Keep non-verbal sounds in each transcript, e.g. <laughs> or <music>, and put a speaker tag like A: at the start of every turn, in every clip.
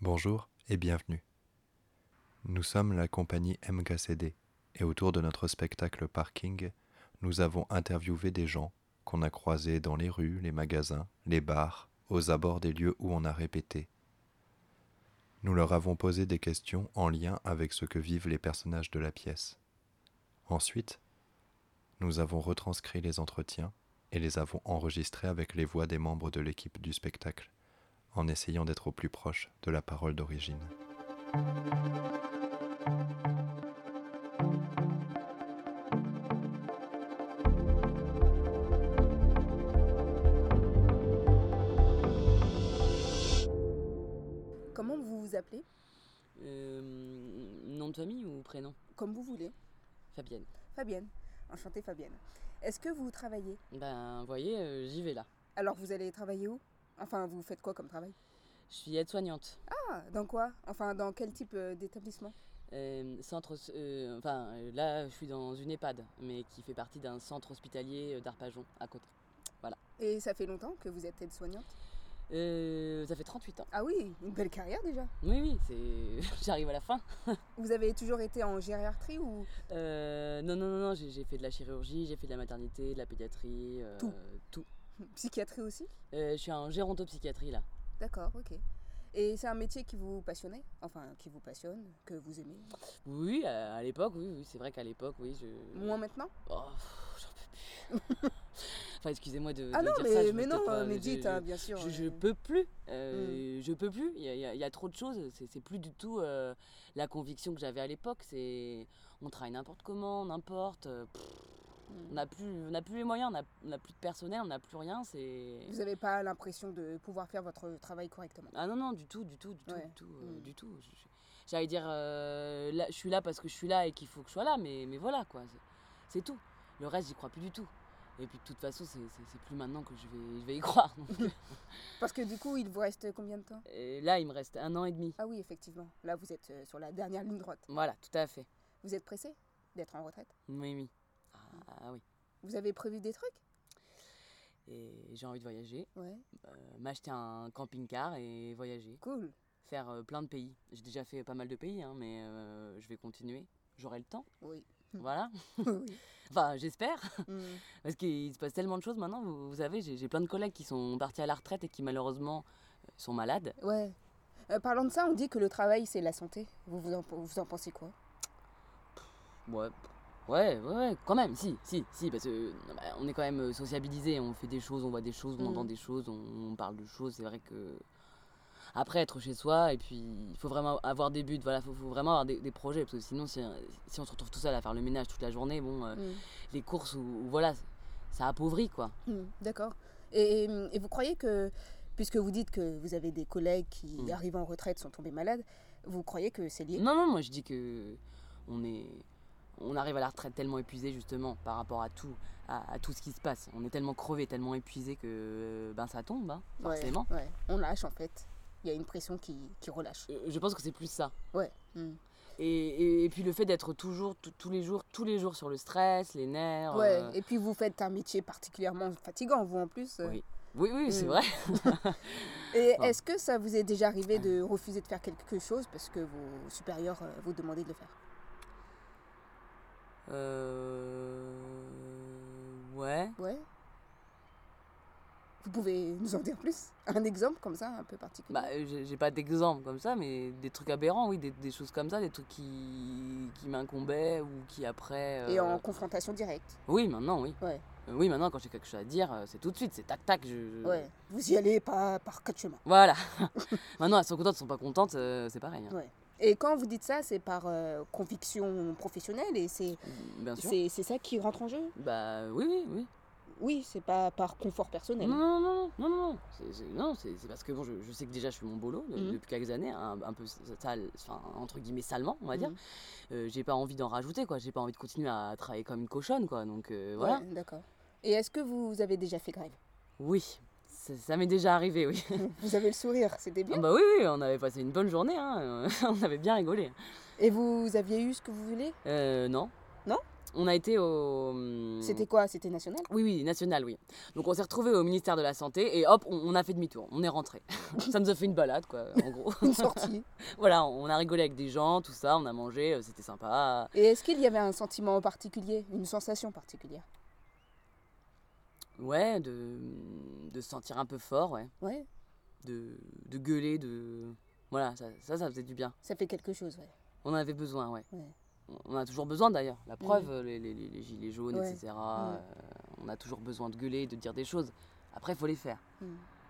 A: Bonjour et bienvenue. Nous sommes la compagnie MKCD et autour de notre spectacle Parking, nous avons interviewé des gens qu'on a croisés dans les rues, les magasins, les bars, aux abords des lieux où on a répété. Nous leur avons posé des questions en lien avec ce que vivent les personnages de la pièce. Ensuite, nous avons retranscrit les entretiens et les avons enregistrés avec les voix des membres de l'équipe du spectacle, en essayant d'être au plus proche de la parole d'origine.
B: Comment vous vous appelez
C: Euh, nom de famille ou prénom
B: Comme vous voulez.
C: Fabienne.
B: Fabienne. Enchantée Fabienne. Est-ce que vous travaillez
C: Ben, vous voyez, euh, j'y vais là.
B: Alors vous allez travailler où Enfin, vous faites quoi comme travail
C: Je suis aide-soignante.
B: Ah, dans quoi Enfin, dans quel type euh, d'établissement
C: Euh, centre, hos- euh, enfin, euh, là, je suis dans une EHPAD, mais qui fait partie d'un centre hospitalier euh, d'Arpajon, à côté.
B: Et ça fait longtemps que vous êtes aide-soignante
C: Euh, ça fait 38 ans.
B: Ah oui, une belle carrière déjà.
C: Oui, oui, c'est... <laughs> j'arrive à la fin.
B: Vous avez toujours été en gériatrie ou <laughs>
C: Euh, non, non, non, non, j'ai, j'ai fait de la chirurgie, j'ai fait de la maternité, de la pédiatrie, euh,
B: Tout. psychiatrie aussi
C: Euh, je suis en gérontopsychiatrie là.
B: D'accord, ok. Et c'est un métier qui vous passionnait Enfin, qui vous passionne, que vous aimez
C: Oui, à, à l'époque, oui, oui, c'est vrai qu'à l'époque, oui, je.
B: Moins maintenant
C: Oh, pff, j'en peux plus. <laughs> enfin, excusez-moi de,
B: Ah
C: de
B: non,
C: dire
B: mais,
C: ça, je
B: mais
C: vais
B: non,
C: peut-être pas-
B: mais
C: je-
B: dites, hein, bien sûr. Mm.
C: Je, je
B: euh,
C: peux plus, euh, je peux plus. Il y, a- il y a- il y a trop de choses. C'est c'est plus du tout euh, la conviction que j'avais à l'époque. C'est on travaille n'importe comment, n'importe. euh, pff, on
B: mm.
C: n'a plus, on n'a plus les moyens, on n'a- on n'a plus de personnel, on n'a plus rien. C'est
B: Vous n'avez pas l'impression de pouvoir faire votre travail correctement
C: ah non non du tout, du tout, du tout,
B: Ouais.
C: du tout, euh,
B: Mm.
C: du tout. Je- je- J'allais dire euh, là, je suis là parce que je suis là et qu'il faut que je sois là, mais mais voilà quoi. C'est- C'est tout. Le reste, j'y crois plus du tout. Et puis de toute façon, c'est- c'est c'est plus maintenant que je vais, je vais y <laughs> croire. donc.
B: Parce que du coup, il vous reste combien de temps
C: Et là, il me reste un an et demi.
B: Ah oui, effectivement. Là, vous êtes euh, sur la dernière ligne droite.
C: Voilà, tout à fait.
B: Vous êtes pressé d'être en retraite
C: Oui, oui. Ah, ah oui.
B: Vous avez prévu des trucs
C: Et j'ai envie de voyager,
B: Ouais,
C: euh, m'acheter un camping-car et voyager,
B: cool.
C: faire euh, plein de pays. J'ai déjà fait pas mal de pays, hein, mais euh, je vais continuer. J'aurai le temps, <laughs>
B: Oui.
C: voilà.
B: oui.
C: Enfin, j'espère,
B: Mm.
C: parce qu'il se passe tellement de choses maintenant. Vous, vous savez, j'ai j'ai plein de collègues qui sont partis à la retraite et qui malheureusement euh, sont malades.
B: Ouais. Euh, parlant de ça, on dit que le travail, c'est la santé. Vous, vous, en, vous en pensez quoi
C: Ouais, ouais, ouais, ouais, quand même, si, si, si, parce que euh, bah, on est quand même euh, sociabilisé, on fait des choses, on voit des choses, on
B: Mm.
C: entend des choses, on, on parle de choses. C'est vrai que après être chez soi, et puis il faut vraiment avoir des buts, voilà, faut, faut vraiment avoir des, des projets, parce que sinon si, si on se retrouve tout seul à faire le ménage toute la journée, bon, euh,
B: Mm.
C: les courses, ou, ou voilà, ça appauvrit quoi.
B: Mm, D'accord. Et, et vous croyez que, puisque vous dites que vous avez des collègues qui
C: Mm.
B: arrivent en retraite, sont tombés malades, vous croyez que c'est lié
C: Non, non, moi je dis que on est. On arrive à la retraite tellement épuisé justement par rapport à tout, à, à tout ce qui se passe. On est tellement crevé, tellement épuisé que ben ça tombe, hein,
B: Ouais,
C: forcément.
B: ouais. On lâche en fait. Il y a une pression qui, qui relâche.
C: Euh, Je pense que c'est plus ça.
B: Ouais. Mm.
C: Et, et- et puis le fait d'être toujours, tout- tous les jours, tous les jours sur le stress, les nerfs.
B: Ouais.
C: euh,
B: Et puis vous faites un métier particulièrement fatigant, vous en plus. euh.
C: Oui, oui, c'est
B: Mm.
C: vrai.
B: Et
C: Enfin.
B: est-ce que ça vous est déjà arrivé de refuser de faire quelque chose parce que vos supérieurs euh, vous demandaient de le faire
C: Euh... Ouais.
B: Ouais. Vous pouvez nous en dire plus Un exemple comme ça, un peu particulier
C: Bah, euh, j'ai j'ai pas d'exemple comme ça, mais des trucs aberrants, oui, des, des choses comme ça, des trucs qui, qui m'incombaient ou qui après. euh,
B: Et en confrontation directe.
C: Oui, maintenant, oui.
B: Ouais.
C: Euh, oui, maintenant, quand j'ai quelque chose à dire, euh, c'est tout de suite, c'est tac tac. Je... je-
B: Ouais. Vous y allez pas par quatre chemins. <laughs>
C: Voilà. <laughs> maintenant, elles sont contentes, elles sont pas contentes, euh, c'est pareil. hein.
B: Ouais. Et quand vous dites ça, c'est par euh, conviction professionnelle et c'est
C: Bien sûr.
B: c'est c'est ça qui rentre en jeu
C: Bah oui, oui, oui.
B: Oui, c'est pas par confort personnel.
C: Non, non, non, non, non, non. C'est- c'est- non, c'est c'est parce que bon, je, je sais que déjà je fais mon boulot de-
B: Mhm.
C: depuis quelques années, un, un peu sale, enfin, entre guillemets salement, on va dire.
B: Mhm.
C: Euh, j'ai pas envie d'en rajouter, quoi. J'ai pas envie de continuer à travailler comme une cochonne, quoi. Donc euh, voilà.
B: Ouais, D'accord. Et est-ce que vous avez déjà fait grève
C: Oui, ça, ça m'est déjà arrivé, oui.
B: Vous avez le sourire, c'était bien.
C: Ah bah oui, oui, on avait passé une bonne journée, <laughs> hein. on avait bien rigolé.
B: Et vous aviez eu ce que vous voulez
C: Euh, non.
B: Non
C: on a été au. hum,
B: C'était quoi C'était national
C: Oui, oui, national, oui. Donc on s'est retrouvés au ministère de la Santé et hop, on, on a fait demi-tour, on est rentré. ça nous a fait une balade, quoi, en gros. <laughs>
B: Une <laughs> sortie.
C: voilà, on a rigolé avec des gens, tout ça, on a mangé, euh, c'était sympa.
B: Et est-ce qu'il y avait un sentiment particulier, une sensation particulière
C: Ouais, de, de se sentir un peu fort, ouais.
B: Ouais,
C: De, de gueuler, de. Voilà, ça, ça, ça faisait du bien.
B: ça fait quelque chose, ouais.
C: On en avait besoin, ouais.
B: Ouais.
C: On- On a toujours besoin d'ailleurs. La preuve, euh, les, les- les- les gilets jaunes,
B: Ouais.
C: etc. euh, on a toujours besoin de gueuler, de dire des choses. Après, il faut les faire.
B: Mm.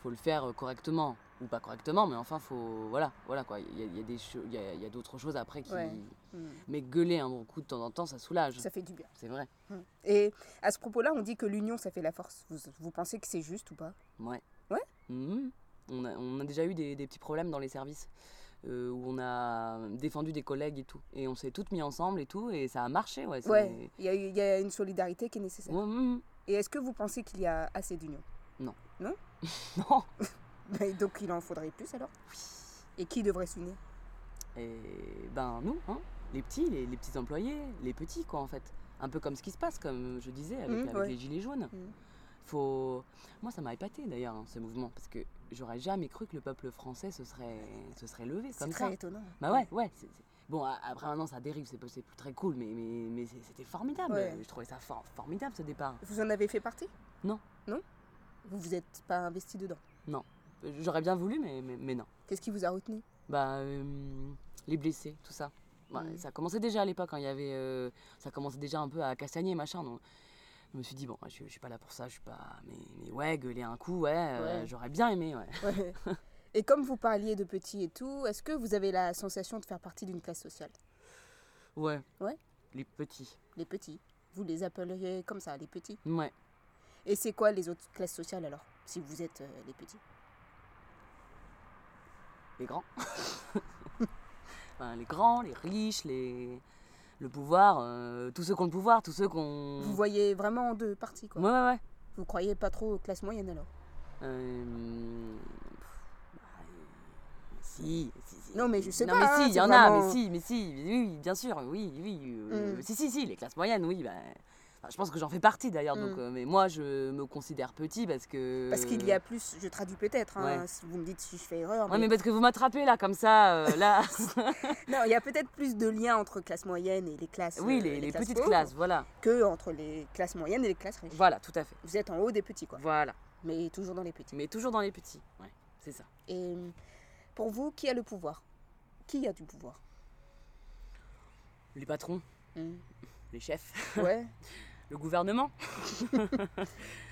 C: faut le faire euh, correctement. Ou pas correctement, mais enfin, faut. Voilà, voilà quoi. Il y a, il y a des cho- il y a- il y a d'autres choses après qui.
B: Ouais. Mm.
C: Mais gueuler un bon coup de temps en temps, ça soulage.
B: Ça fait du bien.
C: C'est vrai.
B: Mm. Et à ce propos-là, on dit que l'union, ça fait la force. Vous, vous pensez que c'est juste ou pas
C: Ouais.
B: Ouais
C: Mhm. on, a, on a déjà eu des, des petits problèmes dans les services euh, où on a défendu des collègues et tout. Et on s'est toutes mis ensemble et tout, et ça a marché, ouais. c'est-
B: Ouais, il y, a- il y a une solidarité qui est nécessaire.
C: Ouais, mhm. <laughs>
B: Et est-ce que vous pensez qu'il y a assez d'union <laughs>
C: Non
B: Bah, Donc il en faudrait plus alors Et qui devrait s'unir
C: Et ben nous, hein, les petits, les, les petits employés, les petits quoi en fait. Un peu comme ce qui se passe, comme je disais, avec,
B: Mhm,
C: avec
B: ouais.
C: les gilets jaunes.
B: Mhm.
C: Faut... Moi ça m'a épaté d'ailleurs hein, ce mouvement, parce que j'aurais jamais cru que le peuple français se serait, se serait levé
B: C'est
C: comme
B: très mmh.
C: ça.
B: étonnant.
C: Bah ouais, ouais. c'est- c'est- Bon, a- après maintenant ça dérive, c'est pas- c'est plus très cool, mais, mais, mais c'est- c'était formidable.
B: Ouais.
C: Je trouvais ça for- formidable ce départ.
B: Vous en avez fait partie
C: Non.
B: Non Vous vous êtes pas investi dedans.
C: J'aurais bien voulu, mais, mais, mais non.
B: Qu'est-ce qui vous a retenu
C: Bah, euh, les blessés, tout ça. Bah,
B: Mhm.
C: Ça commençait déjà à l'époque, hein, il y avait, euh, ça commençait déjà un peu à castagner, machin. Donc, je me suis dit, bon, je, je suis pas là pour ça, je suis pas. Mais, mais ouais, gueuler un coup, ouais, euh,
B: Ouais.
C: j'aurais bien aimé, ouais.
B: Ouais. Et comme vous parliez de petits et tout, est-ce que vous avez la sensation de faire partie d'une classe sociale
C: Ouais.
B: Ouais.
C: Les petits.
B: Les petits Vous les appelleriez comme ça, les petits
C: Ouais.
B: Et c'est quoi les autres classes sociales alors Si vous êtes euh, les petits
C: Les grands. <laughs> Enfin, les grands, les riches, les. Le pouvoir, euh, tous ceux qui ont le pouvoir, tous ceux qui ont.
B: Vous voyez vraiment en deux parties quoi
C: Ouais, ouais, ouais.
B: Vous croyez pas trop aux classes moyennes alors
C: Euh, pff, bah, euh, si, si, si.
B: Non, mais je sais
C: non,
B: pas, hein,
C: mais si, il
B: c'est
C: y en a,
B: vraiment-
C: mais si, mais si, oui, oui, bien sûr, oui, oui. euh,
B: Mm.
C: Si, si, si, les classes moyennes, oui. Bah, enfin, je pense que j'en fais partie d'ailleurs, donc.
B: Mm.
C: euh, mais moi, je me considère petit parce que.
B: Parce qu'il y a plus, je traduis peut-être, hein,
C: ouais.
B: si vous me dites si je fais erreur.
C: Ouais,
B: mais-
C: mais parce que vous m'attrapez là, comme ça, euh,
B: <laughs>
C: là. <laughs>
B: Non, il y a peut-être plus de liens entre classes moyennes et les classes.
C: oui,
B: euh,
C: les, les petites
B: pauvres
C: classes, voilà.
B: Que entre les classes moyennes et les classes riches.
C: Voilà, tout à fait.
B: Vous êtes en haut des petits, quoi.
C: Voilà.
B: Mais toujours dans les petits.
C: Mais toujours dans les petits, ouais, c'est ça.
B: Et pour vous, qui a le pouvoir Qui a du pouvoir
C: Les patrons,
B: Hmm.
C: les chefs, <laughs>
B: Ouais.
C: le gouvernement.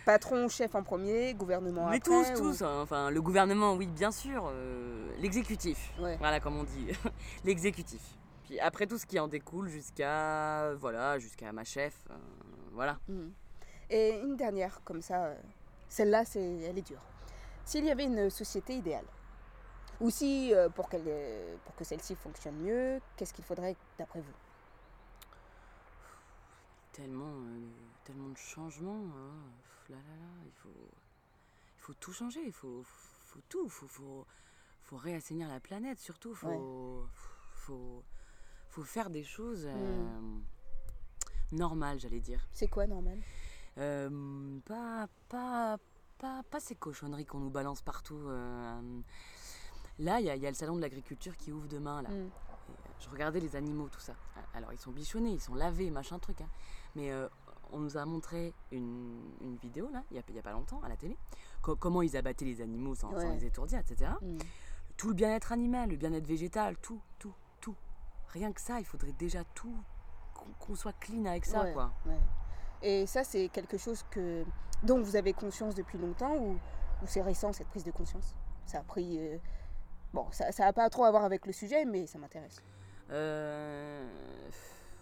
B: Patron, chef en premier, gouvernement
C: Mais tous,
B: après.
C: tous, hein. enfin le gouvernement, oui, bien sûr, euh, l'exécutif,
B: tous. Ouais.
C: voilà comme on dit, <laughs> l'exécutif. Puis après tout ce qui en découle jusqu'à, voilà, jusqu'à ma chef, euh, voilà.
B: Hmm. Et une dernière, comme ça, euh, celle-là, c'est, elle est dure. S'il y avait une société idéale, ou si, euh, pour, qu'elle, euh, pour que celle-ci fonctionne mieux, qu'est-ce qu'il faudrait d'après vous
C: Tellement, euh, tellement de changements, hein. Pff, là là là, il faut, il faut tout changer, il faut, faut tout, faut, faut, faut réassainir la planète surtout, faut, faut, faut faire des choses euh, normales, j'allais dire.
B: C'est quoi normal
C: Euh, pas, pas, pas, pas ces cochonneries qu'on nous balance partout. euh. Là, il y, a- il y a le salon de l'agriculture qui ouvre demain. Là.
B: Hmm.
C: Et, euh, je regardais les animaux, tout ça. A- Alors, ils sont bichonnés, ils sont lavés, machin truc. hein. Mais euh, on nous a montré une, une vidéo, là, il n'y a, il y a pas longtemps, à la télé, co- comment ils abattaient les animaux sans, sans
B: Ouais.
C: les étourdir, etc.
B: Hmm.
C: Tout le bien-être animal, le bien-être végétal, tout, tout, tout. Rien que ça, il faudrait déjà tout, qu'on- qu'on soit clean avec ça,
B: Ouais.
C: quoi.
B: Ouais. Et ça, c'est quelque chose que, dont vous avez conscience depuis longtemps ou, ou c'est récent cette prise de conscience Ça a pris. euh, Bon, ça n'a pas trop à voir avec le sujet, mais ça m'intéresse.
C: Euh,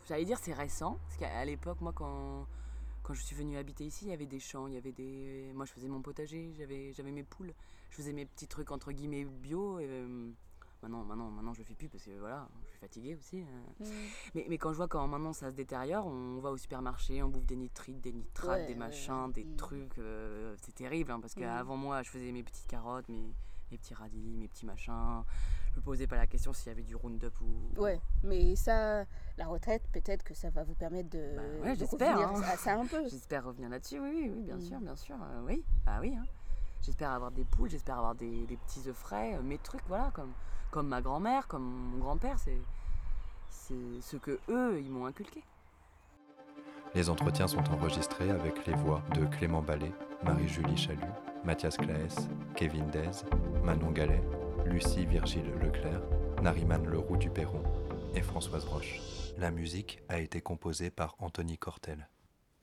C: J'allais dire c'est récent, parce qu'à à l'époque, moi, quand, quand je suis venue habiter ici, il y avait des champs, il y avait des... Moi, je faisais mon potager, j'avais j'avais mes poules, je faisais mes petits trucs, entre guillemets, bio. et, euh, Maintenant, maintenant, maintenant, je le fais plus parce que voilà, je suis fatiguée aussi. euh. Mais, mais quand je vois quand maintenant ça se détériore, on va au supermarché, on bouffe des nitrites, des nitrates,
B: Ouais,
C: des
B: ouais,
C: machins, des
B: Mm.
C: trucs, euh, c'est terrible. hein, parce
B: Mm.
C: qu'avant moi, je faisais mes petites carottes, mes, mes petits radis, mes petits machins. Je me posais pas la question s'il y avait du round-up ou.
B: Ouais, mais ça, la retraite, peut-être que ça va vous permettre de,
C: Bah ouais,
B: de
C: j'espère,
B: revenir
C: hein.
B: à ça un
C: <laughs>
B: peu.
C: J'espère revenir là-dessus, oui, oui, oui, bien
B: Mm.
C: sûr, bien sûr, euh, oui, bah oui. hein. J'espère avoir des poules, j'espère avoir des, des petits œufs frais, euh, mes trucs, voilà, comme, comme ma grand-mère, comme mon grand-père, c'est, c'est ce que eux, ils m'ont inculqué.
A: Les entretiens sont enregistrés avec les voix de Clément Ballet, Marie-Julie Chalut, Mathias Claes, Kevin Dez, Manon Gallet, Lucie Virgile Leclerc, Nariman Leroux du Perron et Françoise Roche. La musique a été composée par Anthony Cortel.